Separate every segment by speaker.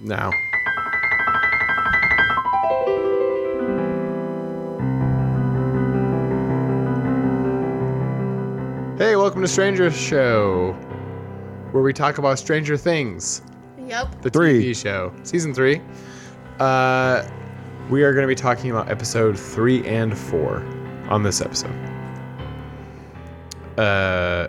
Speaker 1: No. Hey, welcome to Stranger Show, where we talk about Stranger Things,
Speaker 2: Yep.
Speaker 1: the
Speaker 3: Three.
Speaker 1: TV show, season three. Uh, we are going to be talking about episode three and four on this episode. Uh,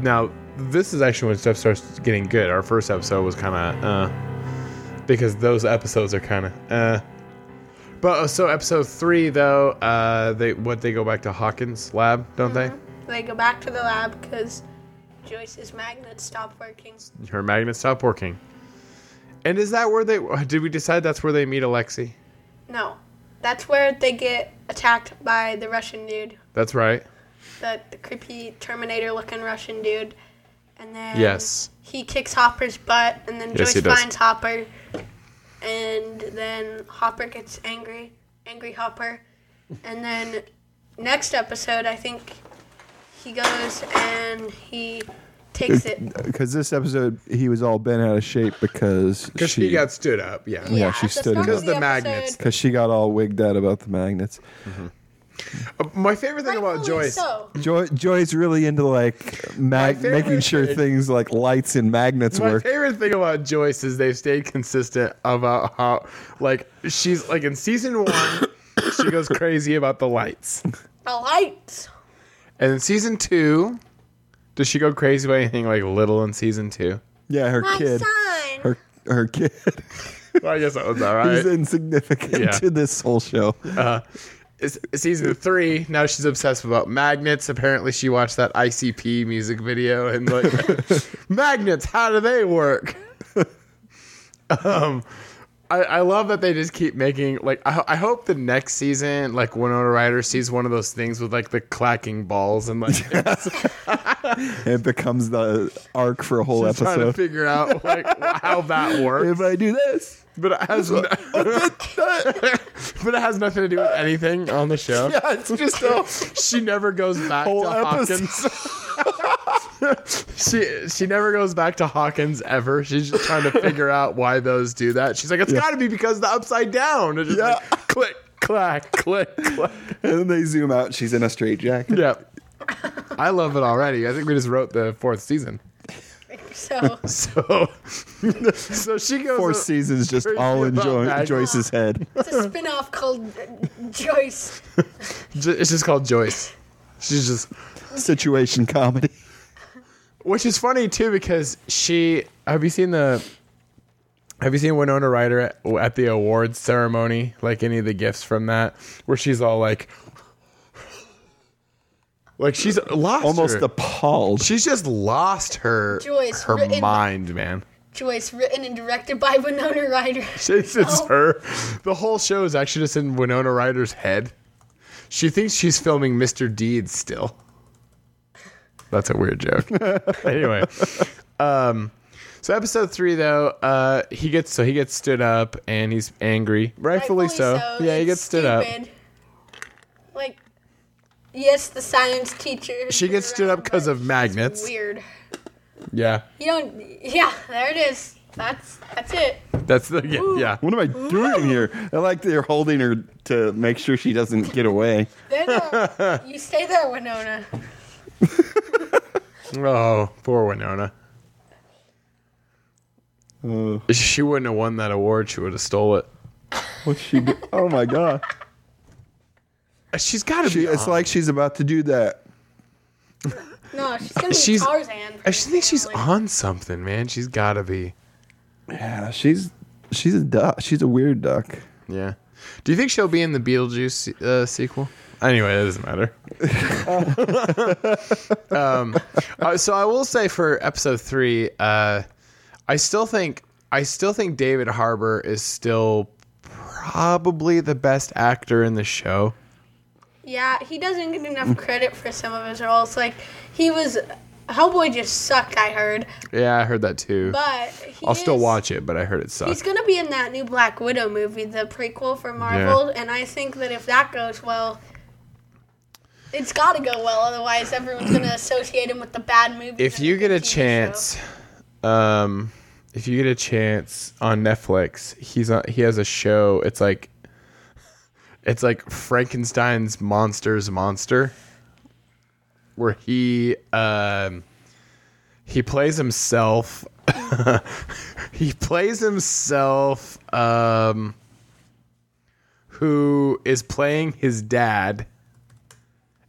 Speaker 1: now this is actually when stuff starts getting good. Our first episode was kind of uh, because those episodes are kind of uh. But uh, so episode three though, uh, they what they go back to Hawkins' lab, don't
Speaker 2: They go back to the lab because Joyce's magnet stopped working.
Speaker 1: they? Her magnet stopped working. And is that where they did we decide that's where they meet Alexi?
Speaker 2: No. That's where they get attacked by the Russian dude,
Speaker 1: That's right.
Speaker 2: the, the creepy Terminator looking Russian dude. And then
Speaker 1: Yes.
Speaker 2: he kicks Hopper's butt, and then
Speaker 1: Yes, he
Speaker 2: Joyce
Speaker 1: does.
Speaker 2: finds Hopper. And then Hopper gets angry. Angry Hopper. And then next episode, I think he goes and he takes it.
Speaker 3: Because this episode, he was all bent out of shape because
Speaker 1: Because she, got stood up, yeah.
Speaker 3: Yeah, she
Speaker 2: at the
Speaker 3: stood
Speaker 2: start of
Speaker 3: it up.
Speaker 1: 'Cause the magnets.
Speaker 2: episode,
Speaker 3: because she got all wigged out about the magnets.
Speaker 1: Uh, My favorite thing about
Speaker 2: rightfully
Speaker 1: Joyce
Speaker 2: so.
Speaker 3: Joy, Joy's really into like mag-
Speaker 1: favorite
Speaker 3: making sure
Speaker 1: thing-
Speaker 3: things like lights and magnets
Speaker 1: My
Speaker 3: work.
Speaker 1: favorite thing about Joyce is they've stayed consistent about how, like, she's like in season one, she goes crazy about the lights,
Speaker 2: The lights.
Speaker 1: and in season two, does she go crazy about anything like little in season two?
Speaker 3: yeah, her
Speaker 2: My
Speaker 3: kid,
Speaker 2: son.
Speaker 3: her her kid
Speaker 1: Well, I guess that was all
Speaker 3: is
Speaker 1: right.
Speaker 3: insignificant
Speaker 1: Yeah.
Speaker 3: to this whole show.
Speaker 1: It's it's season three now she's obsessed about magnets. Apparently, she watched that ICP music video and like magnets. How do they work? um, I, I love that they just keep making like I, ho- I hope the next season like Winona Ryder sees one of those things with like the clacking balls and like
Speaker 3: it becomes the arc for a whole
Speaker 1: trying to
Speaker 3: episode.
Speaker 1: figure out like how that works.
Speaker 3: If I do this,
Speaker 1: But it has no- but it has nothing to do with anything on the show.
Speaker 3: yeah, it's just a
Speaker 1: she never goes back
Speaker 3: whole
Speaker 1: to
Speaker 3: episode.
Speaker 1: Hawkins. she she never goes back to Hawkins ever. She's just trying to figure out why those do that. She's like, it's got to be because of the upside down. It's just
Speaker 3: Yeah.
Speaker 1: like, click, clack, click, clack.
Speaker 3: And then they zoom out. She's in a straitjacket.
Speaker 1: Yeah. I love it already. I think we just wrote the fourth season.
Speaker 2: So
Speaker 1: So, so she goes.
Speaker 3: Four seasons just
Speaker 1: Crazy
Speaker 3: all in
Speaker 1: about
Speaker 3: Joy-
Speaker 1: magnets.
Speaker 3: Joyce's head.
Speaker 2: it's a spin-off called uh, Joyce.
Speaker 1: J- It's just called Joyce. She's just
Speaker 3: Situation comedy.
Speaker 1: Which is funny too because she have you seen the have you seen Winona Ryder at, at the awards ceremony like any of the gifts from that where she's all like like she's lost
Speaker 3: Almost
Speaker 1: her.
Speaker 3: appalled.
Speaker 1: she's just lost her
Speaker 2: Joyce,
Speaker 1: her
Speaker 2: written-
Speaker 1: mind man
Speaker 2: Joyce, written and directed by Winona Ryder.
Speaker 1: it's just
Speaker 2: Oh.
Speaker 1: her the whole show is actually just in Winona Ryder's head she thinks she's filming Mr. Deeds still that's a weird joke anyway, um, so episode three though, uh, he gets so he gets stood up and he's angry, rightfully, so. Yeah, he
Speaker 2: It's
Speaker 1: gets stood up.
Speaker 2: stupid. Like, yes, the science teacher.
Speaker 1: She gets stood up because of magnets.
Speaker 2: Weird.
Speaker 1: Yeah,
Speaker 2: You don't. Yeah, there it is. That's that's it.
Speaker 1: that's the yeah. yeah.
Speaker 3: What am I doing here? I like they're holding her to make sure she doesn't get away.
Speaker 2: There, there. you stay there, Winona.
Speaker 1: Oh, poor Winona.
Speaker 3: Uh,
Speaker 1: She wouldn't have won that award. She would have stole it.
Speaker 3: what's she? Do? Oh my god!
Speaker 1: Uh, She's got to
Speaker 3: She,
Speaker 1: be.
Speaker 3: it's
Speaker 1: on.
Speaker 3: like she's about to do that.
Speaker 2: No, she's gonna be
Speaker 1: She's-
Speaker 2: Tarzan.
Speaker 1: I just think she's
Speaker 2: Like,
Speaker 1: on something, man. She's got to be.
Speaker 3: Yeah, she's she's a duck. She's a weird duck.
Speaker 1: Yeah. Do you think she'll be in the Beetlejuice uh, sequel? Anyway, it doesn't matter. um, uh, so I will say for episode three, uh, I still think I still think David Harbour is still probably the best actor in the show.
Speaker 2: Yeah, he doesn't get enough credit for some of his roles. Like he was Hellboy just sucked, I heard.
Speaker 1: Yeah, I heard that too.
Speaker 2: But he
Speaker 1: I'll still
Speaker 2: is-
Speaker 1: watch it, but I heard it sucks.
Speaker 2: He's gonna be in that new Black Widow movie, the prequel for Marvel, and I think that if that goes well, it's gotta go well. Otherwise, everyone's gonna associate him with the bad movie.
Speaker 1: if you get a chance um if you get a chance on Netflix, he's on, he has a show. It's like it's like Frankenstein's monster's monster, where he um, he plays himself. he plays himself. Um, who is playing his dad?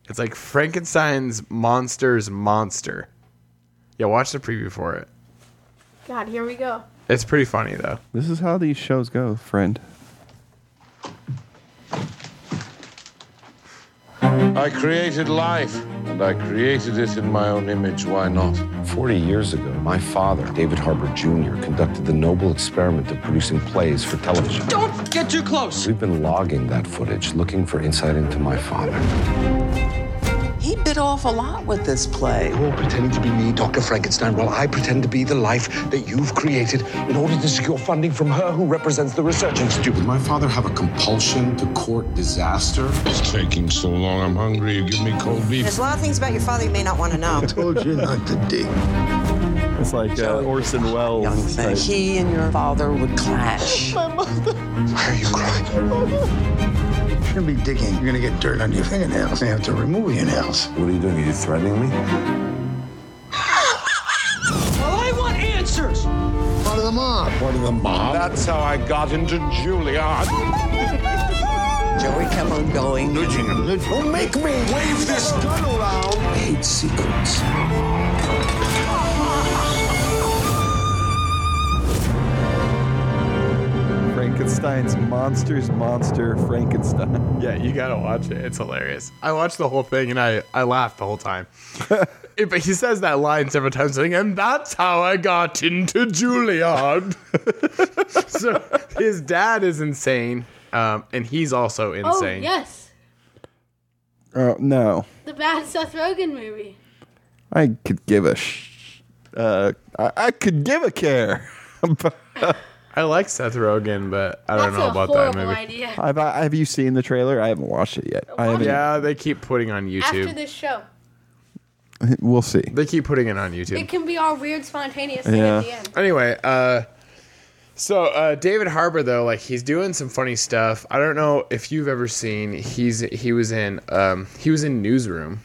Speaker 1: It's like Frankenstein's monster's monster. Yeah, watch the preview for it.
Speaker 2: God, here we go.
Speaker 1: It's pretty funny though.
Speaker 3: This is how these shows go, friend.
Speaker 4: I created life, and I created it in my own image. Why not?
Speaker 5: 40 years ago, my father, David Harbour Jr., conducted the noble experiment of producing plays for television.
Speaker 6: Don't get too close.
Speaker 5: We've been logging that footage, looking for insight into my father.
Speaker 6: He bit off a lot with this play.
Speaker 7: You're pretending to be me, Dr. Frankenstein, while I pretend to be the life that you've created in order to secure funding from her who represents the research institute.
Speaker 8: Would my father have a compulsion to court disaster?
Speaker 4: It's taking so long. I'm hungry. You give me cold beef.
Speaker 9: There's a lot of things about your father you may not want to know.
Speaker 7: told you not to dig.
Speaker 3: It's like uh, Orson
Speaker 6: Young
Speaker 3: Welles.
Speaker 6: thing.
Speaker 3: type.
Speaker 6: He and your father would clash.
Speaker 2: Oh,
Speaker 7: Why are you crying? You're gonna be digging. You're gonna get dirt on your fingernails. and You have to remove your nails.
Speaker 5: What are you doing? Are you threatening me?
Speaker 6: well, I want answers.
Speaker 7: Part of the mob. Part of the mob.
Speaker 4: That's how I got into Juilliard.
Speaker 6: Joey kept on going.
Speaker 7: Don't make me wave this gun around. I hate secrets.
Speaker 3: Frankenstein's monsters, monster Frankenstein.
Speaker 1: Yeah, you gotta watch it. It's hilarious. I watched the whole thing and I, I laughed the whole time. Yeah, but he says that line several times, saying, and that's how I got into Juilliard. so his dad is insane, um, and he's also
Speaker 2: Oh
Speaker 1: insane.
Speaker 2: yes,
Speaker 3: Oh no,
Speaker 2: the bad Seth Rogen movie.
Speaker 3: I could give a sh. Uh, I, I could give a care.
Speaker 1: I like Seth Rogen, but I don't
Speaker 2: That's
Speaker 1: know
Speaker 2: a
Speaker 1: about that
Speaker 2: horrible
Speaker 1: movie.
Speaker 2: idea.
Speaker 3: I've, I, have you seen the trailer? I haven't watched it yet. I haven't.
Speaker 1: Yeah, they keep putting on YouTube.
Speaker 2: After this show,
Speaker 3: We'll see.
Speaker 1: they keep putting it on YouTube.
Speaker 2: it can be all weird, spontaneous thing
Speaker 3: Yeah.
Speaker 2: at the end.
Speaker 1: anyway, uh, so uh, David Harbour though, like he's doing some funny stuff. I don't know if you've ever seen. He's he was in um, he was in Newsroom,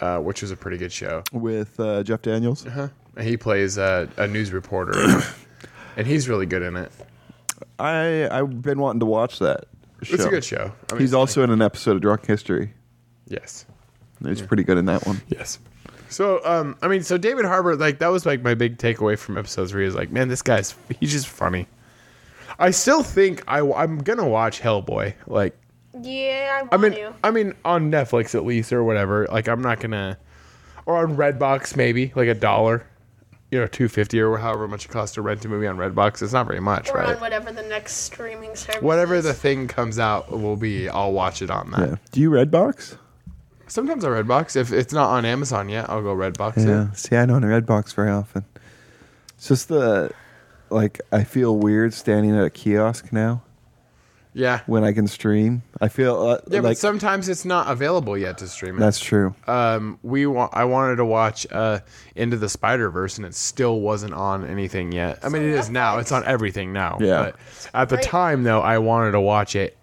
Speaker 1: uh, which was a pretty good show.
Speaker 3: With uh, Jeff Daniels.
Speaker 1: And he plays uh, a news reporter, and he's really good in it.
Speaker 3: I I've been wanting to watch that.
Speaker 1: It's a good show. I mean,
Speaker 3: He's also in an episode of Drunk History.
Speaker 1: yes,
Speaker 3: He's pretty good in that one.
Speaker 1: yes. So um, I mean, so David Harbour, like that was like my big takeaway from episode three is like, man, this guy's he's just funny. I still think I I'm gonna watch Hellboy. Like
Speaker 2: Yeah, I want
Speaker 1: I mean,
Speaker 2: to.
Speaker 1: I mean, on Netflix at least or whatever. Like, I'm not gonna, or on Redbox maybe, like a dollar, you know, two fifty or however much it costs to rent a movie on Redbox. It's not very much,
Speaker 2: Or
Speaker 1: right?
Speaker 2: on whatever the next streaming service.
Speaker 1: Whatever
Speaker 2: is.
Speaker 1: the thing comes out will be, I'll watch it on that.
Speaker 3: Yeah. Do you Redbox?
Speaker 1: Sometimes I Redbox if it's not on Amazon yet, I'll go Redbox. it.
Speaker 3: Yeah. See, I don't Redbox very often. It's just the like I feel weird standing at a kiosk now
Speaker 1: yeah,
Speaker 3: when I can stream. I feel uh,
Speaker 1: yeah.
Speaker 3: like
Speaker 1: but sometimes it's not available yet to stream it.
Speaker 3: that's true.
Speaker 1: um, we wa- I wanted to watch uh, Into the Spider Verse, and it still wasn't on anything yet. I mean, it is now; it's on everything now.
Speaker 3: Yeah.
Speaker 1: But at the time, though, I wanted to watch it.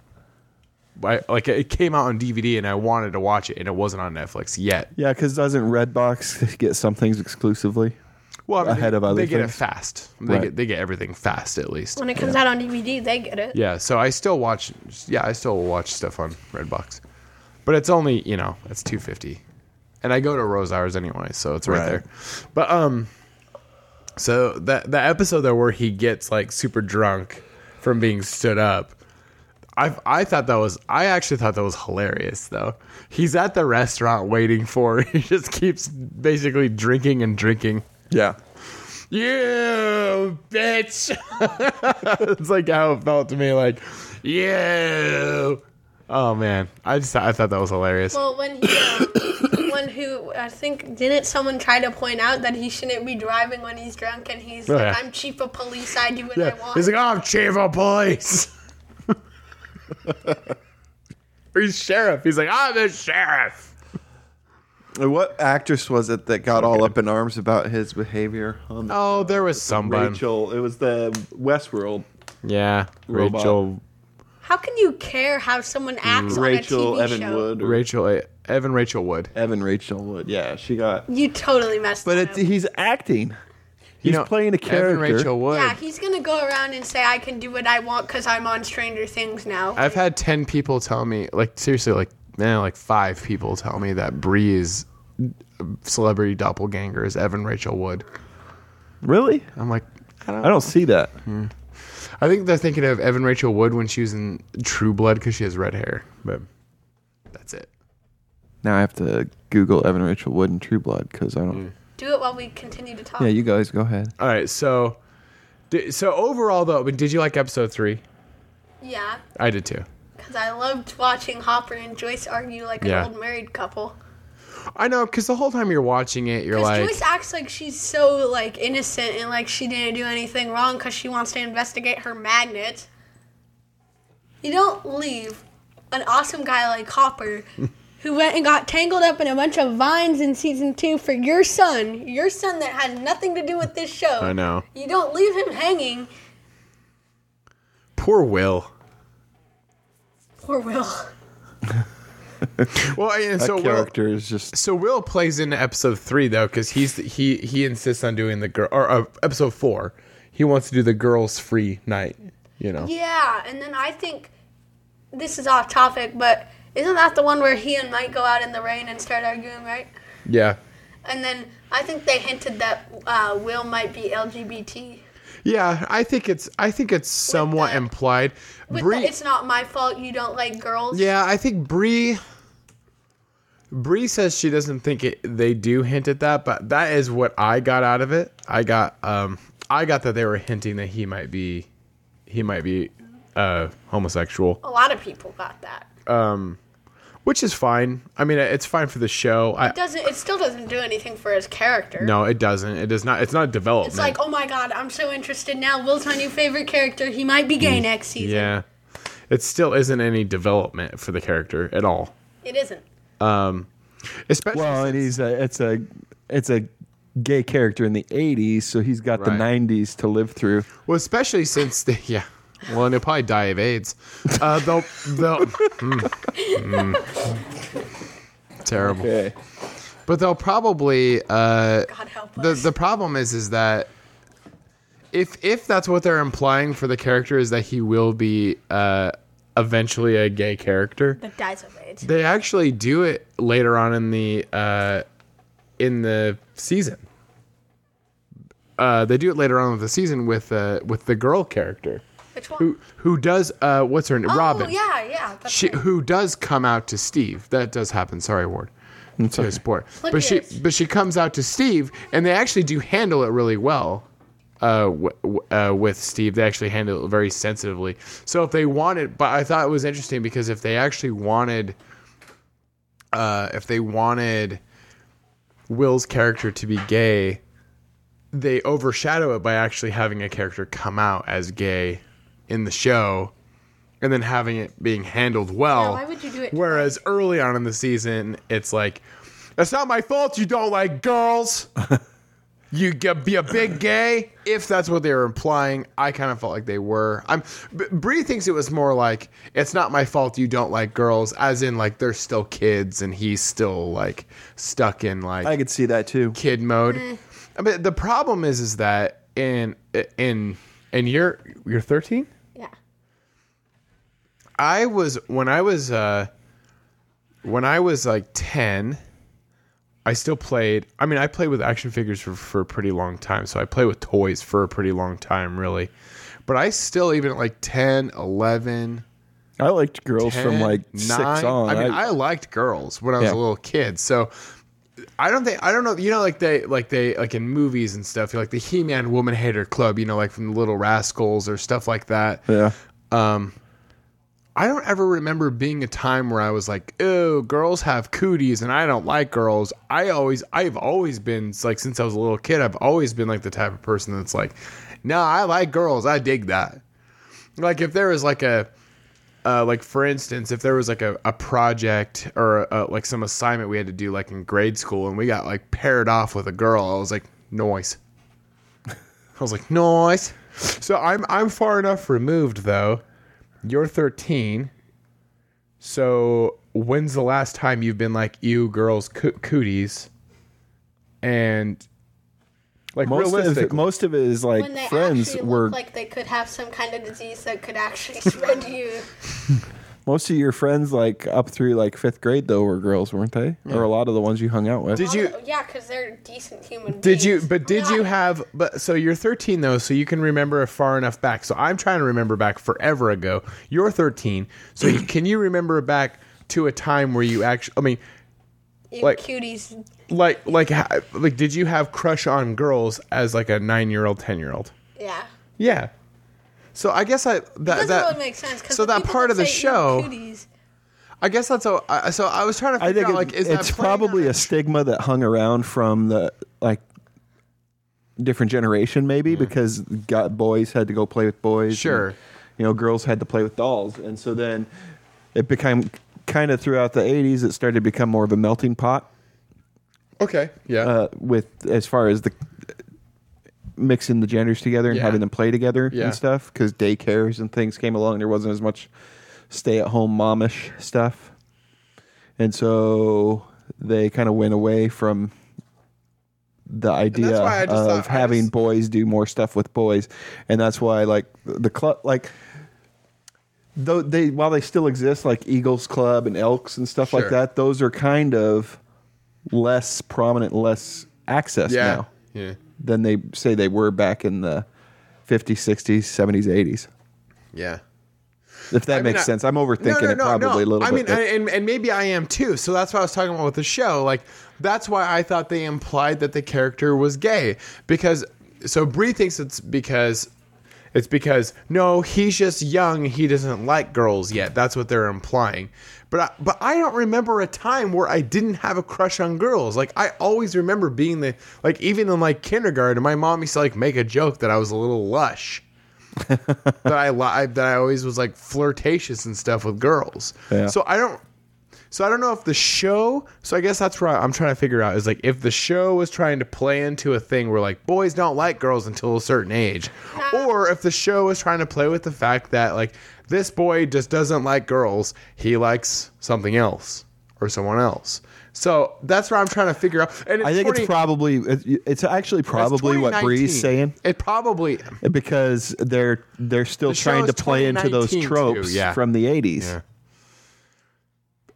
Speaker 1: I, like it came out on DVD, and I wanted to watch it, and it wasn't on Netflix yet.
Speaker 3: yeah, because doesn't Redbox get some things exclusively?
Speaker 1: Well, I mean,
Speaker 3: Ahead
Speaker 1: they,
Speaker 3: of other
Speaker 1: they get it
Speaker 3: things.
Speaker 1: fast. They
Speaker 3: Right.
Speaker 1: get they get everything fast at least.
Speaker 2: when it comes out on DVD, they get it.
Speaker 1: Yeah. So I still watch. Yeah, I still watch stuff on Redbox, but it's only you know it's two fifty, and I go to Rose Hours anyway, so it's right,
Speaker 3: Right.
Speaker 1: there. But um, so that the episode though where he gets like super drunk from being stood up. I, I thought that was I actually thought that was hilarious though. He's at the restaurant waiting for. He just keeps basically drinking and drinking.
Speaker 3: Yeah.
Speaker 1: You bitch. it's like how it felt to me. Like, you. Oh man, I just I thought that was hilarious.
Speaker 2: Well, when he, uh, when who I think didn't someone try to point out that he shouldn't be driving when he's drunk, and he's
Speaker 1: Oh,
Speaker 2: like,
Speaker 1: yeah.
Speaker 2: "I'm chief of police. I do what
Speaker 1: yeah,
Speaker 2: I want."
Speaker 1: he's like, I'm chief of police. Or he's sheriff. He's like, I'm the sheriff.
Speaker 3: What actress was it that got all up in arms about his behavior on
Speaker 1: Oh, there was someone.
Speaker 3: Rachel? It was the Westworld.
Speaker 1: Yeah,
Speaker 3: Robot.
Speaker 1: Rachel.
Speaker 2: How can you care how someone acts
Speaker 3: Rachel
Speaker 2: on a TV
Speaker 3: Evan
Speaker 2: show?
Speaker 3: Wood. or
Speaker 1: Rachel. eh, Evan Rachel Wood.
Speaker 3: Evan Rachel Wood. Yeah, she got.
Speaker 2: You totally messed
Speaker 3: But
Speaker 2: that
Speaker 3: it,
Speaker 2: up.
Speaker 3: he's acting. He's
Speaker 1: you know,
Speaker 3: playing a
Speaker 1: Evan
Speaker 3: character.
Speaker 1: Rachel Wood.
Speaker 2: Yeah, he's gonna go around and say I can do what I want because I'm on Stranger Things now.
Speaker 1: I've had ten people tell me, like seriously, like man, like five people tell me that Bree's celebrity doppelganger is Evan Rachel Wood.
Speaker 3: Really?
Speaker 1: I'm like, I don't.
Speaker 3: I don't Hmm. see that.
Speaker 1: I think they're thinking of Evan Rachel Wood when she was in True Blood because she has red hair. But that's it.
Speaker 3: Now I have to Google Evan Rachel Wood and True Blood because I don't.
Speaker 2: do it while we continue to talk.
Speaker 3: Yeah, you guys go ahead.
Speaker 1: All right, so di- so overall though, but did you like episode three?
Speaker 2: yeah,
Speaker 1: I did too.
Speaker 2: because I loved watching Hopper and Joyce argue like
Speaker 1: Yeah.
Speaker 2: an old married couple.
Speaker 1: I know because the whole time you're watching it, you're
Speaker 2: Because
Speaker 1: like,
Speaker 2: Joyce acts like she's so like innocent and like she didn't do anything wrong because she wants to investigate her magnet. You don't leave an awesome guy like Hopper, who went and got tangled up in a bunch of vines in season two for your son, your son that has nothing to do with this show.
Speaker 1: I know.
Speaker 2: You don't leave him hanging.
Speaker 1: poor Will.
Speaker 2: Poor Will.
Speaker 1: Well, and
Speaker 3: That
Speaker 1: so Will,
Speaker 3: character is just
Speaker 1: so Will plays into episode three though because he's he he insists on doing the girl or uh, episode four. He wants to do the girls free night. You know,
Speaker 2: Yeah, and then I think this is off topic, but isn't that the one where he and Mike go out in the rain and start arguing, right?
Speaker 1: yeah,
Speaker 2: And then I think they hinted that uh, Will might be LGBT.
Speaker 1: yeah. I think it's I think it's somewhat
Speaker 2: the-
Speaker 1: implied.
Speaker 2: With
Speaker 1: Bree-
Speaker 2: the, it's not my fault you don't like girls.
Speaker 1: Yeah, I think Bree. Bree says she doesn't think it, they do hint at that, but that is what I got out of it. I got um I got that they were hinting that he might be he might be uh homosexual,
Speaker 2: A lot of people got that.
Speaker 1: which is fine. I mean, it's fine for the show. I
Speaker 2: Doesn't it still doesn't do anything for his character.
Speaker 1: no, it doesn't. It does not. It's not development.
Speaker 2: It's like, oh my god, I'm so interested now. Will's my new favorite character. He might be gay next season.
Speaker 1: Mm, yeah, it still isn't any development for the character at all.
Speaker 2: It isn't.
Speaker 1: Especially
Speaker 3: well, and he's a, it's a it's a gay character in the '80s, so he's got the
Speaker 1: Right.
Speaker 3: '90s to live through.
Speaker 1: Well, especially since the yeah. Well, and he'll probably die of AIDS. Uh, they'll they'll mm, mm. terrible.
Speaker 3: Okay.
Speaker 1: But they'll probably uh,
Speaker 2: God help
Speaker 1: the
Speaker 2: us.
Speaker 1: the problem is is that if if that's what they're implying for the character is that he will be uh, eventually a gay character.
Speaker 2: that dies of AIDS.
Speaker 1: They actually do it later on in the uh, in the season. Uh, they do it later on with the season with uh, with the girl character
Speaker 2: Which one?
Speaker 1: who who does uh, what's her name
Speaker 2: oh,
Speaker 1: Robin
Speaker 2: yeah, yeah. That's
Speaker 1: she
Speaker 2: right.
Speaker 1: who does come out to Steve that does happen sorry Ward to his sport
Speaker 2: Look
Speaker 1: but she
Speaker 2: at this.
Speaker 1: but she comes out to Steve and they actually do handle it really well uh, w- w- uh, with Steve they actually handle it very sensitively so if they wanted but I thought it was interesting because if they actually wanted uh, if they wanted Will's character to be gay they overshadow it by actually having a character come out as gay in the show and then having it being handled well.
Speaker 2: Yeah, why would you do it
Speaker 1: Whereas early on in the season, it's like, it's not my fault you don't like girls. you get, be a big gay. If that's what they were implying, I kind of felt like they were. I'm B- Bree thinks it was more like it's not my fault you don't like girls, as in like they're still kids and he's still like stuck in like
Speaker 3: I could see that too.
Speaker 1: kid mode. I mean, the problem is, is that in in in your you're 13.
Speaker 2: yeah.
Speaker 1: I was when I was uh when I was like 10. I still played. I mean, I played with action figures for, for a pretty long time. So I played with toys for a pretty long time, really. But I still, even at like 10, 11,
Speaker 3: I liked girls from
Speaker 1: 10,
Speaker 3: like six
Speaker 1: nine.
Speaker 3: on.
Speaker 1: I mean, I, liked girls when I was
Speaker 3: Yeah.
Speaker 1: a little kid. So I don't think I don't know. You know, like they like they like in movies and stuff. Like the He Man Woman Hater Club. You know, like from the Little Rascals or stuff like that.
Speaker 3: yeah.
Speaker 1: I don't ever remember being a time where I was like, "Oh, girls have cooties," and I don't like girls. I always, I've always been like since I was a little kid. I've always been like the type of person that's like, "No, I like girls. I dig that." Like if there was like a uh, like for instance, if there was like a, a project or uh like some assignment we had to do like in grade school and we got like paired off with a girl, I was like, noise. I was like, noise. So I'm I'm far enough removed though. You're 13. So when's the last time you've been like, ew, girls, coo- cooties? And like
Speaker 3: Most
Speaker 1: realistic,
Speaker 3: of, most of it is
Speaker 2: When they
Speaker 3: like friends
Speaker 2: actually
Speaker 3: were
Speaker 2: look like they could have some kind of disease that could actually spread you.
Speaker 3: most of your friends like up through like fifth grade though were girls, weren't they? Or a lot of the ones you hung out with.
Speaker 1: did you
Speaker 2: Yeah, because they're decent human beings.
Speaker 1: Did you? But did you
Speaker 2: Not-
Speaker 1: have? But so you're 13 though, so you can remember far enough back. So I'm trying to remember back forever ago. You're 13, so you- can you remember back to a time where you actually? I mean,
Speaker 2: you
Speaker 1: like-
Speaker 2: cuties?
Speaker 1: like, like, ha- like, did you have crush on girls as like a nine year old, ten year old?
Speaker 2: Yeah.
Speaker 1: Yeah. So I guess I that
Speaker 2: Doesn't
Speaker 1: Uh, that
Speaker 2: really make sense. 'cause
Speaker 1: so
Speaker 2: the
Speaker 1: that
Speaker 2: people
Speaker 1: part of the
Speaker 2: say, "Ew,
Speaker 1: show-
Speaker 2: Cooties.
Speaker 1: I guess that's so. I, so I was trying to.
Speaker 3: I
Speaker 1: Figure
Speaker 3: think
Speaker 1: out,
Speaker 3: it-
Speaker 1: like, is that
Speaker 3: it's
Speaker 1: playing on
Speaker 3: probably
Speaker 1: a-
Speaker 3: a stigma that hung around from the like different generation maybe because got boys had to go play with boys. and,
Speaker 1: Mm. Sure.
Speaker 3: you know, girls had to play with dolls, and so then it became kind of throughout the 80s. It started to become more of a melting pot
Speaker 1: okay. Yeah.
Speaker 3: uh, with as far as the mixing the genders together and
Speaker 1: Yeah.
Speaker 3: having them play together
Speaker 1: Yeah.
Speaker 3: and stuff because daycares and things came along. There wasn't as much stay at home momish stuff. And so they kind of went away from the idea
Speaker 1: why I
Speaker 3: of
Speaker 1: just thought- I
Speaker 3: having
Speaker 1: just-
Speaker 3: boys do more stuff with boys. And that's why, like, the club, like, though they while they still exist like Eagles Club and Elks and stuff like
Speaker 1: Sure.
Speaker 3: that, those are kind of less prominent, less access
Speaker 1: yeah.
Speaker 3: now
Speaker 1: Yeah.
Speaker 3: than they say they were back in the 50s, 60s, 70s, 80s.
Speaker 1: Yeah.
Speaker 3: If that
Speaker 1: I mean,
Speaker 3: makes
Speaker 1: I-
Speaker 3: sense. I'm overthinking it probably a little
Speaker 1: I
Speaker 3: bit.
Speaker 1: mean,
Speaker 3: but-
Speaker 1: I- and, and maybe I am too. So that's what I was talking about with the show. Like, that's why I thought they implied that the character was gay because. So Bree thinks it's because. It's because no, he's just young. He doesn't like girls yet. That's what they're implying. But I, but I don't remember a time where I didn't have a crush on girls. Like I always remember being the like even in like kindergarten, my mom used to like make a joke that I was a little lush that I li- that I always was like flirtatious and stuff with girls.
Speaker 3: Yeah.
Speaker 1: So I don't. So I don't know if the show. So I guess that's where I'm trying to figure out is like if the show was trying to play into a thing where like boys don't like girls until a certain age, or if the show was trying to play with the fact that like this boy just doesn't like girls, he likes something else or someone else. So that's where I'm trying to figure out. And it's
Speaker 3: I think
Speaker 1: 20
Speaker 3: it's probably it- it's actually
Speaker 1: it's
Speaker 3: probably what Bree's
Speaker 1: 2019.
Speaker 3: saying
Speaker 1: It probably
Speaker 3: because they're they're still
Speaker 1: The show
Speaker 3: trying to
Speaker 1: is
Speaker 3: play into those
Speaker 1: 2019 too,
Speaker 3: tropes
Speaker 1: yeah.
Speaker 3: from the 80s.
Speaker 1: Yeah.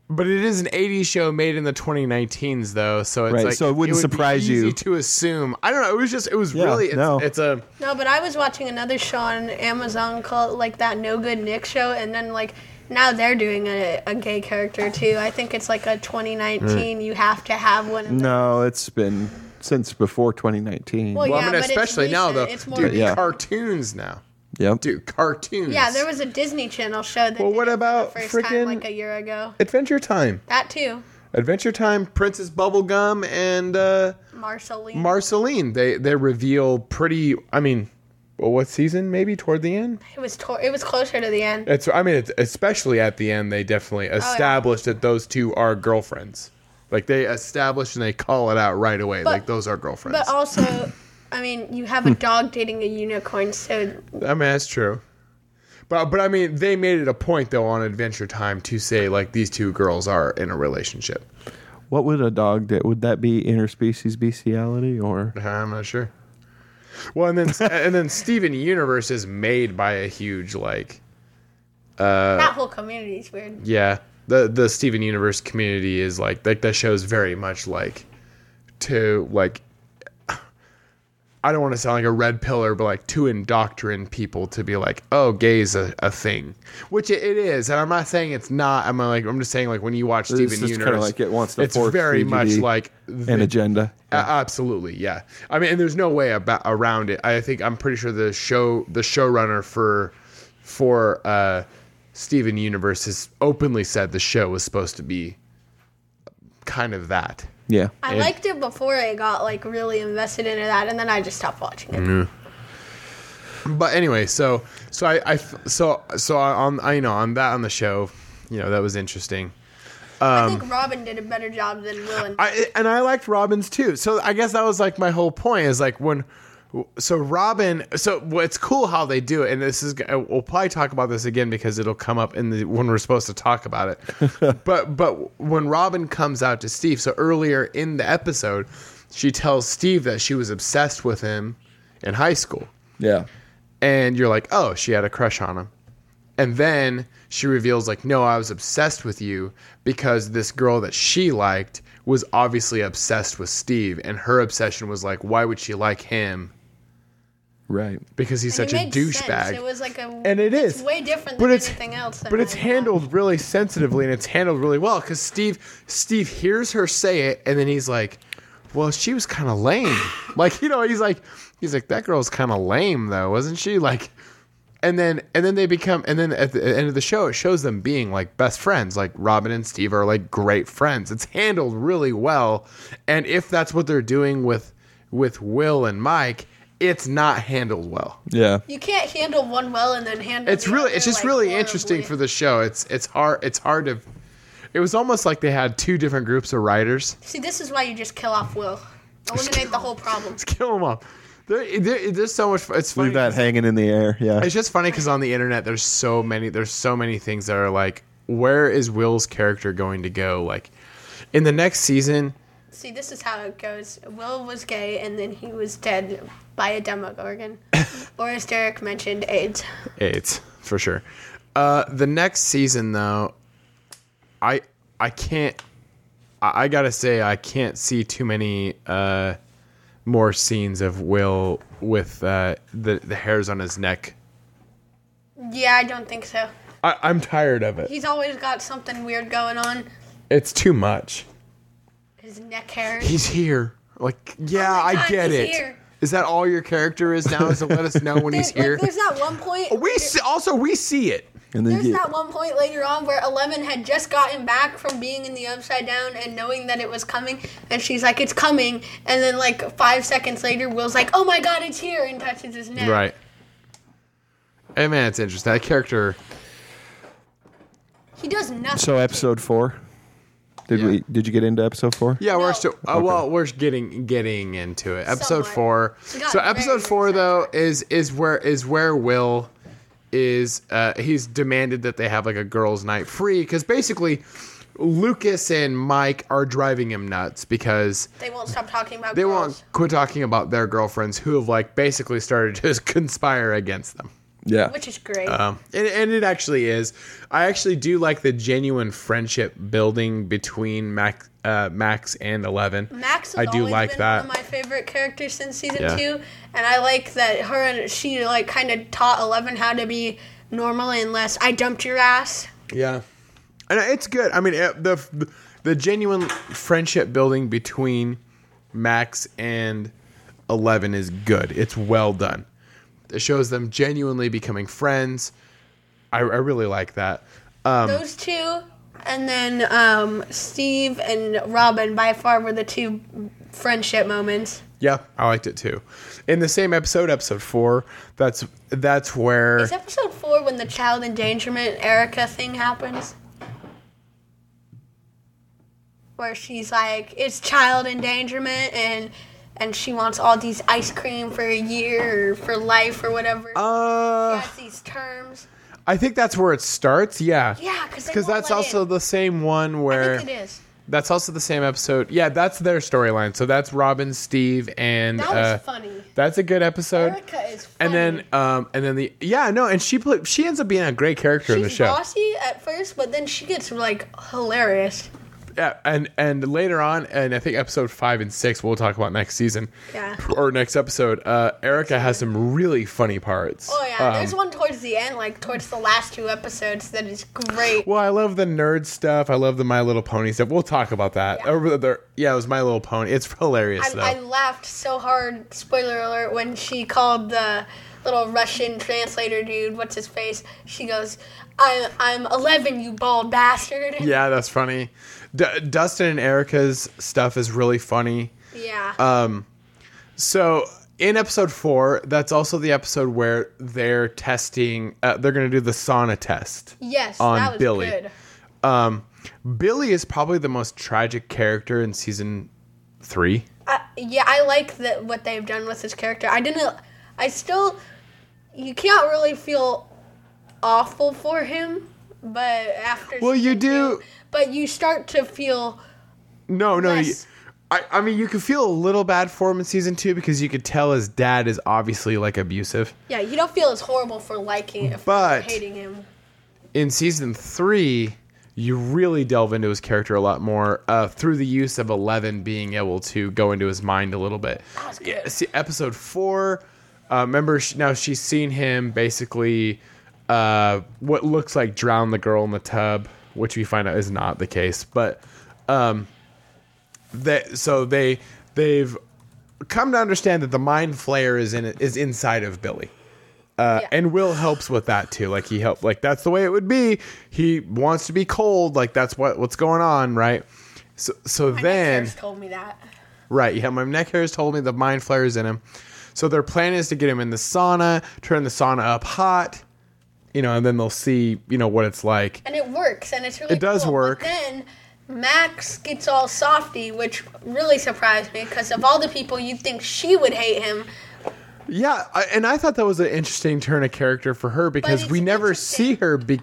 Speaker 1: But it is an 80s show made in the 2019s, though, so it's
Speaker 3: Right,
Speaker 1: like
Speaker 3: so it wouldn't
Speaker 1: would be
Speaker 3: surprise you.
Speaker 1: easy to assume. I don't know. It was just. It was
Speaker 3: Yeah,
Speaker 1: really. It's,
Speaker 3: no.
Speaker 1: it's a.
Speaker 2: No, but I was watching another show on Amazon called like that No Good Nick show, and then like now they're doing a, a gay character too. I think it's like a 2019. You have to have one. Of them.
Speaker 3: No, it's been since before 2019.
Speaker 2: Well,
Speaker 1: Well,
Speaker 2: yeah,
Speaker 1: I mean,
Speaker 2: but it's
Speaker 1: especially now though,
Speaker 2: recent. It's more
Speaker 1: dude.
Speaker 3: Yeah.
Speaker 1: Cartoons now,
Speaker 3: yep.
Speaker 1: dude. Cartoons.
Speaker 2: Yeah, there was a Disney Channel show that.
Speaker 1: Well,
Speaker 2: did
Speaker 1: what
Speaker 2: it for
Speaker 1: about
Speaker 2: the first
Speaker 1: frickin'
Speaker 2: time like a year ago?
Speaker 1: Adventure Time.
Speaker 2: That too,
Speaker 1: Adventure Time. Princess Bubblegum and uh,
Speaker 2: Marceline.
Speaker 1: Marceline. They they reveal pretty. I mean, well, what season? Maybe toward the end.
Speaker 2: it was tor- it was closer to the end.
Speaker 1: It's. I mean, it's, especially at the end, they definitely establish that those two are girlfriends. Like they establish and they call it out right away. like those are girlfriends.
Speaker 2: But also, I mean, you have a dog dating a unicorn, so
Speaker 1: I mean, that's true. But but I mean, they made it a point though on Adventure Time to say like these two girls are in a relationship.
Speaker 3: What would a dog do? Would that be interspecies bestiality or?
Speaker 1: Uh-huh, I'm not sure. Well, and then and then Steven Universe is made by a huge like Uh,
Speaker 2: that whole community is weird.
Speaker 1: yeah the the Steven Universe community is like like that show's very much like to like I don't want to sound like a red pillar, but like to indoctrine people to be like, oh, gay's a, a thing, which it, it is, and I'm not saying it's not. I'm like I'm just saying like when you watch Steven
Speaker 3: just kinda
Speaker 1: Universe,
Speaker 3: like it wants to
Speaker 1: it's
Speaker 3: force
Speaker 1: very much
Speaker 3: CGD
Speaker 1: like
Speaker 3: an
Speaker 1: the-
Speaker 3: agenda.
Speaker 1: a- absolutely, yeah. I mean, and there's no way about around it. I think I'm pretty sure the show the showrunner for for uh, Steven Universe has openly said the show was supposed to be kind of that.
Speaker 3: Yeah.
Speaker 2: I liked it before I got like really invested into that, and then I just stopped watching it.
Speaker 1: but anyway, so so I, I f- so so on I you know on that on the show, you know that was interesting.
Speaker 2: I think Robin did a better job than Willen.
Speaker 1: Um, I and I liked Robin's too. So I guess that was like my whole point is like when so Robin so well, it's cool how they do it and this is we'll probably talk about this again because it'll come up in the when we're supposed to talk about it. but but when Robin comes out to Steve, so earlier in the episode, she tells Steve that she was obsessed with him in high school
Speaker 3: Yeah.
Speaker 1: and you're like, oh, she had a crush on him. And then she reveals, like, no, I was obsessed with you because this girl that she liked was obviously obsessed with Steve. And her obsession was like, why would she like him?
Speaker 3: Right.
Speaker 1: Because he's
Speaker 2: It
Speaker 1: such a
Speaker 2: made sense. It
Speaker 1: douchebag.
Speaker 2: was like a
Speaker 1: And it
Speaker 2: it's
Speaker 1: is.
Speaker 2: way different
Speaker 1: But
Speaker 2: than
Speaker 1: it's-
Speaker 2: anything else. that
Speaker 1: But it's
Speaker 2: I-
Speaker 1: handled really sensitively and it's handled really well because Steve Steve hears her say it and then he's like, Well, she was kinda lame. like, you know, he's like he's like, That girl's kinda lame though, wasn't she? Like and then and then they become and then at the end of the show it shows them being like best friends like robin and steve are like great friends it's handled really well and if that's what they're doing with with will and mike it's not handled well
Speaker 3: Yeah.
Speaker 2: You can't handle one well and then handle.
Speaker 1: it's
Speaker 2: the
Speaker 1: really
Speaker 2: other,
Speaker 1: it's just
Speaker 2: like,
Speaker 1: really
Speaker 2: horribly.
Speaker 1: interesting for the show it's it's hard it's hard to it was almost like they had two different groups of writers
Speaker 2: See, this is why you just kill off Will. Eliminate the whole problem.
Speaker 1: kill them off there, there, there's so much it's funny
Speaker 3: Leave that hanging in the air. Yeah.
Speaker 1: It's just funny because on the internet, there's so many, there's so many things that are like, where is Will's character going to go? Like, in the next season,
Speaker 2: See, this is how it goes. Will was gay and then he was dead by a demogorgon, or as Derek mentioned, AIDS.
Speaker 1: AIDS for sure. Uh, the next season, though, I I can't. I, I gotta say, I can't see too many uh, more scenes of Will with uh, the the hairs on his neck.
Speaker 2: Yeah, I don't think so.
Speaker 1: I, I'm tired of it.
Speaker 2: He's always got something weird going on.
Speaker 1: It's too much.
Speaker 2: His neck hair.
Speaker 1: He's here. Like, yeah,
Speaker 2: Oh my
Speaker 1: I
Speaker 2: God,
Speaker 1: get
Speaker 2: he's
Speaker 1: it. Is
Speaker 2: here.
Speaker 1: that all your character is now? Is to let us know when he's
Speaker 2: There- like,
Speaker 1: here? Oh,
Speaker 2: there's that one point.
Speaker 1: We see, also we see it.
Speaker 3: And then
Speaker 2: There's
Speaker 3: you,
Speaker 2: that one point later on where Eleven had just gotten back from being in the upside down and knowing that it was coming, and she's like, "It's coming," and then like five seconds later, Will's like, "Oh my God, it's here!" and touches his neck.
Speaker 1: Right. Hey man, it's interesting. That character.
Speaker 2: He does nothing.
Speaker 3: so episode four. Did
Speaker 1: Yeah.
Speaker 3: we? Did you get into episode four?
Speaker 1: Yeah,
Speaker 2: No.
Speaker 1: we're still. Uh, Well, we're getting getting into it. Episode
Speaker 2: Somewhat.
Speaker 1: four.
Speaker 2: We got
Speaker 1: So
Speaker 2: very,
Speaker 1: episode
Speaker 2: very
Speaker 1: four though is is where is where Will is. Uh, he's demanded that they have like a girls' night free because basically. Lucas and Mike are driving him nuts because
Speaker 2: they won't stop talking about.
Speaker 1: they
Speaker 2: girls.
Speaker 1: won't quit talking about their girlfriends who have like basically started to conspire against them
Speaker 3: Yeah.
Speaker 2: Which is great.
Speaker 1: um, and, and it actually is i actually do like the genuine friendship building between max uh, max and 11
Speaker 2: Max has
Speaker 1: i do
Speaker 2: always
Speaker 1: like
Speaker 2: been
Speaker 1: that
Speaker 2: one of my favorite characters since season
Speaker 1: Yeah.
Speaker 2: two, and I like that her and she like kind of taught Eleven how to be normal unless I dumped your ass.
Speaker 1: yeah and it's good i mean it, the the genuine friendship building between max and 11 is good it's well done it shows them genuinely becoming friends i, I really like that Um,
Speaker 2: Those two, and then um, Steve and Robin by far were the two friendship moments.
Speaker 1: Yeah, I liked it too. In the same episode, episode four, that's that's where
Speaker 2: Is episode four when the child endangerment Erica thing happens? Where she's like, it's child endangerment, and and she wants all these ice cream for a year or for life or whatever. she
Speaker 1: uh,
Speaker 2: has these terms.
Speaker 1: I think that's where it starts. Yeah,
Speaker 2: Yeah, because
Speaker 1: because that's also the same one where
Speaker 2: I think it is.
Speaker 1: that's also the same episode. Yeah, that's their storyline. So that's Robin, Steve, and
Speaker 2: That
Speaker 1: uh,
Speaker 2: was funny.
Speaker 1: that's a good episode.
Speaker 2: Erica is funny.
Speaker 1: and then um and then the yeah no and she played she ends up being a great character in the
Speaker 2: she's
Speaker 1: show.
Speaker 2: bossy at first, but then she gets like hilarious.
Speaker 1: Yeah, and and later on, and I think episode five and six we'll talk about next season.
Speaker 2: Yeah.
Speaker 1: Or next episode. Uh, Erica has some really funny parts.
Speaker 2: Oh yeah,
Speaker 1: Um,
Speaker 2: there's one towards the end, like towards the last two episodes, that is great.
Speaker 1: well, I love the nerd stuff. I love the My Little Pony stuff. We'll talk about that.
Speaker 2: Yeah.
Speaker 1: Or the- yeah, it was My Little Pony. It's hilarious though.
Speaker 2: I, I laughed so hard. Spoiler alert: when she called the little Russian translator dude, what's his face? She goes, "I'm I'm 11, you bald bastard."
Speaker 1: yeah, that's funny. D- Uh, Dustin and Erica's stuff is really funny.
Speaker 2: Yeah.
Speaker 1: So in episode four, that's also the episode where they're testing. Uh, they're going to do the sauna test.
Speaker 2: Yes,
Speaker 1: On
Speaker 2: that was
Speaker 1: Billy.
Speaker 2: good.
Speaker 1: Um, Billy is probably the most tragic character in season three.
Speaker 2: I, yeah, I like that what they've done with his character. I didn't. I still. You can't really feel awful for him, but after.
Speaker 1: Well, you
Speaker 2: season
Speaker 1: do-
Speaker 2: two- But you start to feel
Speaker 1: No, no.
Speaker 2: Less-
Speaker 1: you- I, I mean, you could feel a little bad for him in season two because you could tell his dad is obviously like abusive.
Speaker 2: yeah. You don't feel as horrible for liking for
Speaker 1: But-
Speaker 2: hating him.
Speaker 1: in season three, you really delve into his character a lot more uh, through the use of Eleven being able to go into his mind a little bit.
Speaker 2: was good.
Speaker 1: Yeah, see, episode four, uh, remember sh now she's seen him basically uh, what looks like drown the girl in the tub, which we find out is not the case. But um, that so they they've come to understand that the mind flayer is in is inside of Billy. Uh,
Speaker 2: Yeah.
Speaker 1: And Will helps with that too. Like he helped. Like that's the way it would be. He wants to be cold. Like that's what what's going on, right? So so
Speaker 2: My
Speaker 1: then
Speaker 2: nurse told me that.
Speaker 1: right yeah, my neck hairs told me the mind flare is in him. So their plan is to get him in the sauna, turn the sauna up hot, you know, and then they'll see you know what it's like.
Speaker 2: and it works, and it's really
Speaker 1: It does
Speaker 2: cool. But
Speaker 1: work.
Speaker 2: then Max gets all softy, which really surprised me because of all the people you'd think she would hate him,
Speaker 1: Yeah, I, and I thought that was an interesting turn of character for her because
Speaker 2: it's
Speaker 1: we never
Speaker 2: interesting.
Speaker 1: see her be,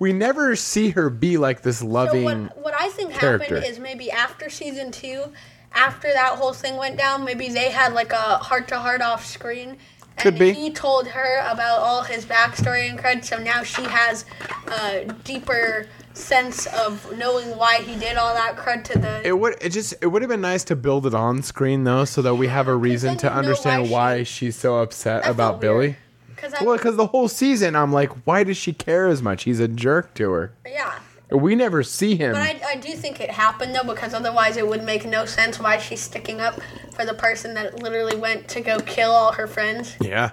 Speaker 1: we never see her be like this
Speaker 2: So
Speaker 1: loving.
Speaker 2: what, what I think
Speaker 1: character.
Speaker 2: happened is maybe after season two, after that whole thing went down, maybe they had like a heart to heart off screen.
Speaker 1: Could
Speaker 2: and
Speaker 1: be.
Speaker 2: He told her about all his backstory and cred, so now she has a deeper sense of knowing why he did all that cred to the.
Speaker 1: It would it just it would have been nice to build it on screen though, so that we have a reason
Speaker 2: then
Speaker 1: to
Speaker 2: you know
Speaker 1: understand
Speaker 2: why she-
Speaker 1: why she's so upset about Billy.
Speaker 2: Because I.
Speaker 1: Well, because the whole season, I'm like, why does she care as much? He's a jerk to her.
Speaker 2: yeah.
Speaker 1: We never see him.
Speaker 2: But I, I do think it happened though, because otherwise it would make no sense why she's sticking up for the person that literally went to go kill all her friends.
Speaker 1: yeah.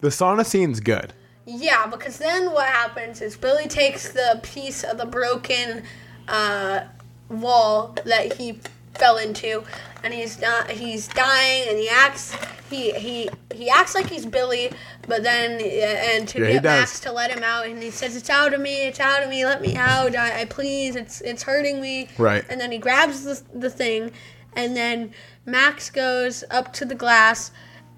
Speaker 1: The sauna scene's good.
Speaker 2: Yeah, because then what happens is Billy takes the piece of the broken uh, wall that he fell into, and he's not, he's dying, and he acts he he he acts like he's Billy, but then uh, and to
Speaker 1: Yeah, he
Speaker 2: get
Speaker 1: does.
Speaker 2: Max to let him out, and he says, "It's out of me, it's out of me, let me out, I, I please, it's it's hurting me."
Speaker 1: Right.
Speaker 2: And then he grabs the the thing, and then Max goes up to the glass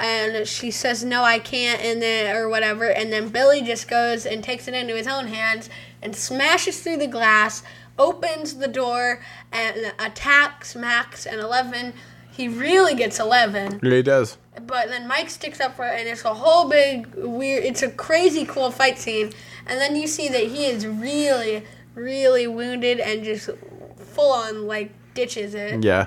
Speaker 2: and she says no i can't and then or whatever and then billy just goes and takes it into his own hands and smashes through the glass opens the door and attacks max and 11 he really gets 11
Speaker 1: Yeah, he does.
Speaker 2: but then mike sticks up for it and it's a whole big weird it's a crazy cool fight scene and then you see that he is really really wounded and just full on like ditches it
Speaker 1: Yeah.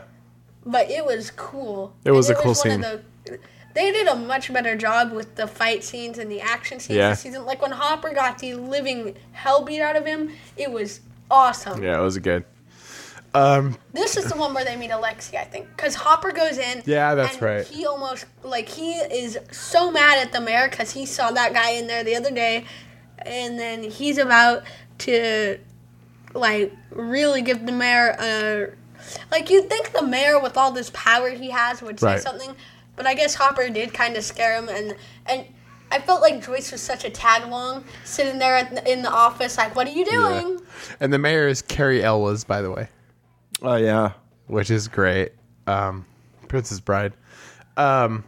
Speaker 2: but it was cool.
Speaker 1: It was
Speaker 2: And
Speaker 1: a cool
Speaker 2: one of the- they did a much better job with the fight scenes and the action scenes
Speaker 1: Yeah.
Speaker 2: this season. Like when Hopper got the living hell beat out of him, it was awesome.
Speaker 1: Yeah, it was good.
Speaker 2: This is the one where they meet Alexi, I think, because Hopper goes in.
Speaker 1: Yeah, that's
Speaker 2: and
Speaker 1: right.
Speaker 2: He almost like he is so mad at the mayor because he saw that guy in there the other day, and then he's about to like really give the mayor a like you'd think the mayor with all this power he has would say
Speaker 1: Right.
Speaker 2: something but i guess hopper did kind of scare him and and i felt like joyce was such a tag along sitting there at the, in the office like what are you doing
Speaker 1: And the mayor is Carrie Elwes, by the way,
Speaker 3: Oh yeah.
Speaker 1: which is great. Um, Princess Bride. Um,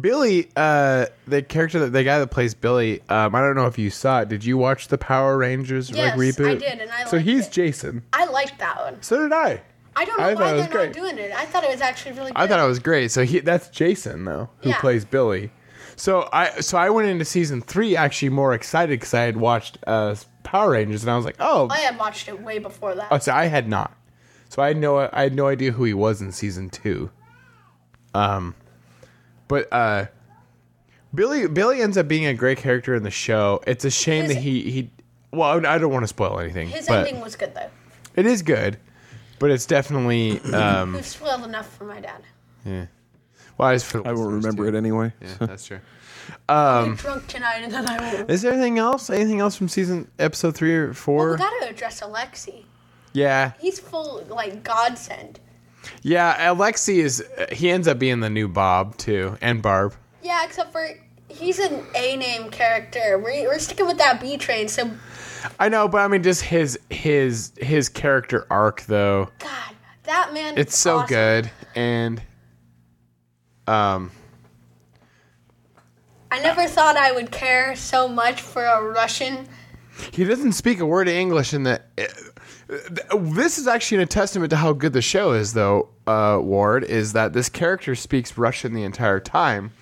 Speaker 1: Billy, uh, the character that the guy that plays Billy, um, I don't know if you saw it. Did you watch the Power Rangers
Speaker 2: Yes,
Speaker 1: like, reboot?
Speaker 2: I did, and I
Speaker 1: so
Speaker 2: liked
Speaker 1: he's
Speaker 2: it.
Speaker 1: Jason.
Speaker 2: i liked that one
Speaker 1: So did I.
Speaker 2: i don't know
Speaker 1: I thought
Speaker 2: why
Speaker 1: it was
Speaker 2: they're
Speaker 1: great.
Speaker 2: not doing it i thought it was actually really good
Speaker 1: I thought it was great. So he that's Jason though, who
Speaker 2: Yeah.
Speaker 1: plays Billy. So I so I went into season three actually more excited because I had watched uh, Power Rangers and I was like, oh,
Speaker 2: i had watched it way before that
Speaker 1: oh, so I had not. So I had no I had no idea who he was in season two. Um, but uh, Billy Billy ends up being a great character in the show. It's a shame
Speaker 2: His-
Speaker 1: that he he. Well, I don't want to spoil anything,
Speaker 2: his
Speaker 1: but
Speaker 2: ending was good though
Speaker 1: it is good. But it's definitely um.
Speaker 2: we've spoiled enough for my dad
Speaker 1: well, it's for the
Speaker 3: I won't
Speaker 1: listeners,
Speaker 3: remember
Speaker 1: too.
Speaker 3: it anyway.
Speaker 1: Yeah, that's true. um,
Speaker 2: i'm drunk tonight and then i won't
Speaker 1: Is there anything else? Anything else from season episode three or four?
Speaker 2: we gotta address alexi
Speaker 1: yeah,
Speaker 2: he's full like godsend
Speaker 1: Yeah, Alexi is. He ends up being the new Bob too, and Barb.
Speaker 2: Yeah, except for he's an A name character. We're, we're sticking with that B train. So,
Speaker 1: I know, but I mean, just his his his character arc though.
Speaker 2: God, that man.
Speaker 1: It's
Speaker 2: is
Speaker 1: so
Speaker 2: awesome.
Speaker 1: good, and um,
Speaker 2: I never thought I would care so much for a Russian.
Speaker 1: he doesn't speak a word of English. In the eh, this is actually a testament to how good the show is, though. Uh, Ward is that this character speaks Russian the entire time.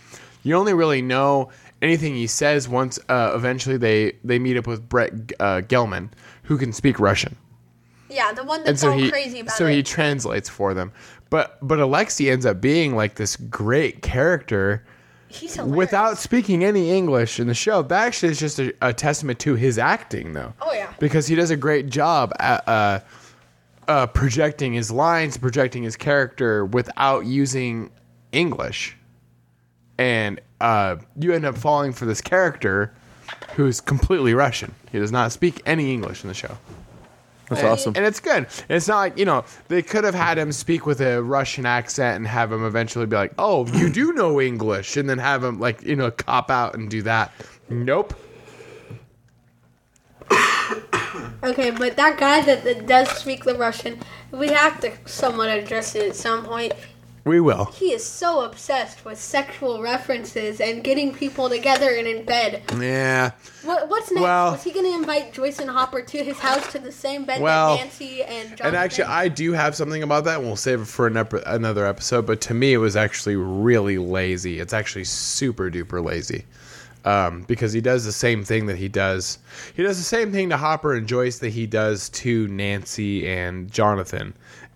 Speaker 1: You only really know anything he says once. Uh, eventually, they they meet up with Brett uh, Gelman, who can speak Russian.
Speaker 2: Yeah, the one
Speaker 1: and
Speaker 2: that's
Speaker 1: so
Speaker 2: all
Speaker 1: he
Speaker 2: crazy about
Speaker 1: so
Speaker 2: it.
Speaker 1: he translates for them. But but Alexi ends up being like this great character
Speaker 2: he's hilarious.
Speaker 1: without speaking any English in the show. That actually is just a, a testament to his acting, though.
Speaker 2: Oh, yeah.
Speaker 1: because he does a great job at uh, uh, projecting his lines, projecting his character without using English, and uh, you end up falling for this character who's completely Russian. He does not speak any English in the show.
Speaker 3: That's awesome.
Speaker 1: And it's good. And it's not like, you know, they could have had him speak with a Russian accent and have him eventually be like, oh, you do know English. And then have him, like, you know, cop out and do that. Nope.
Speaker 2: Okay, but that guy that, that does speak the Russian, we have to somewhat address it at some point.
Speaker 1: We will.
Speaker 2: He is so obsessed with sexual references and getting people together and in bed.
Speaker 1: Yeah.
Speaker 2: What, what's next?
Speaker 1: Well-
Speaker 2: Was he going to invite Joyce and Hopper to his house to the same bed
Speaker 1: Well,
Speaker 2: that Nancy and John?
Speaker 1: And actually, I do have something about that, and we'll save it for an ep- another episode. But to me, it was actually really lazy. It's actually super duper lazy um, because he does the same thing that he does. He does the same thing to Hopper and Joyce that he does to Nancy and Jonathan.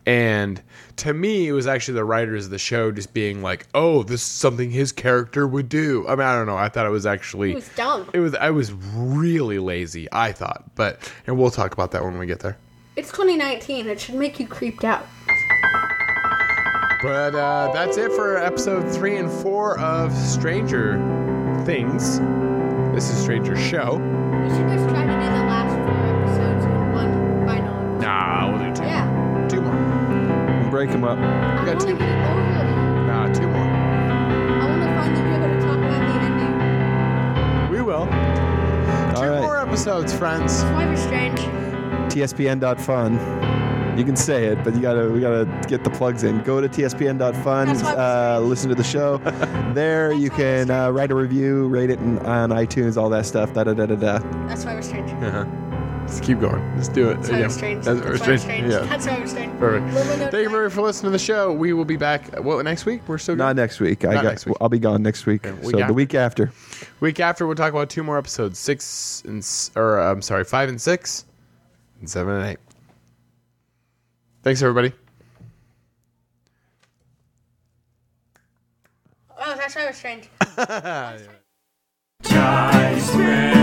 Speaker 1: And to me, it was actually the writers of the show just being like, "Oh, this is something his character would do." I mean, I don't know. I thought it was actually
Speaker 2: It was dumb.
Speaker 1: It was I was really lazy. I thought, but and we'll talk about that when we get there.
Speaker 2: It's 2019. It should make you creeped out.
Speaker 1: But uh, that's it for episode three and four of Stranger Things. This is Stranger Show.
Speaker 2: We should just try to do the last four episodes in one final. episode.
Speaker 1: Nah, we'll do two.
Speaker 2: Yeah.
Speaker 1: Two more.
Speaker 3: Break them up.
Speaker 2: I
Speaker 1: got
Speaker 2: want to
Speaker 1: two.
Speaker 2: get it over.
Speaker 1: Nah, two more.
Speaker 2: I want to finally be able to talk about the ending.
Speaker 1: We will.
Speaker 3: All
Speaker 1: two more
Speaker 3: right.
Speaker 1: episodes, friends.
Speaker 2: Why we're strange.
Speaker 3: TSPN.fun. You can say it, but you gotta we gotta get the plugs in. Go to TSPN.fun.
Speaker 2: That's why we're
Speaker 3: Uh, listen to the show. there you can uh, write a review, rate it in, on iTunes, all that stuff. Da da da da da.
Speaker 2: That's why we're strange.
Speaker 1: Let's keep going. Let's do it.
Speaker 2: That's why we're strange.
Speaker 1: That's
Speaker 2: That's
Speaker 1: what
Speaker 2: why
Speaker 1: we're
Speaker 2: we're
Speaker 1: strange.
Speaker 2: strange.
Speaker 1: Yeah.
Speaker 2: That's why we're strange.
Speaker 1: Perfect.
Speaker 2: Little bit of
Speaker 1: Thank you
Speaker 2: time.
Speaker 1: very much for listening to the show. We will be back. uh, What next week? We're still
Speaker 3: Not
Speaker 1: good.
Speaker 3: next week. I
Speaker 1: Not
Speaker 3: got.
Speaker 1: next week.
Speaker 3: I'll be gone next week.
Speaker 1: week
Speaker 3: so the
Speaker 1: after.
Speaker 3: week after.
Speaker 1: Week after, we'll talk about two more episodes: six and s- or uh, I'm sorry, five and six, and seven and eight. Thanks, everybody.
Speaker 2: Oh, that's why we're strange.
Speaker 10: Iceman.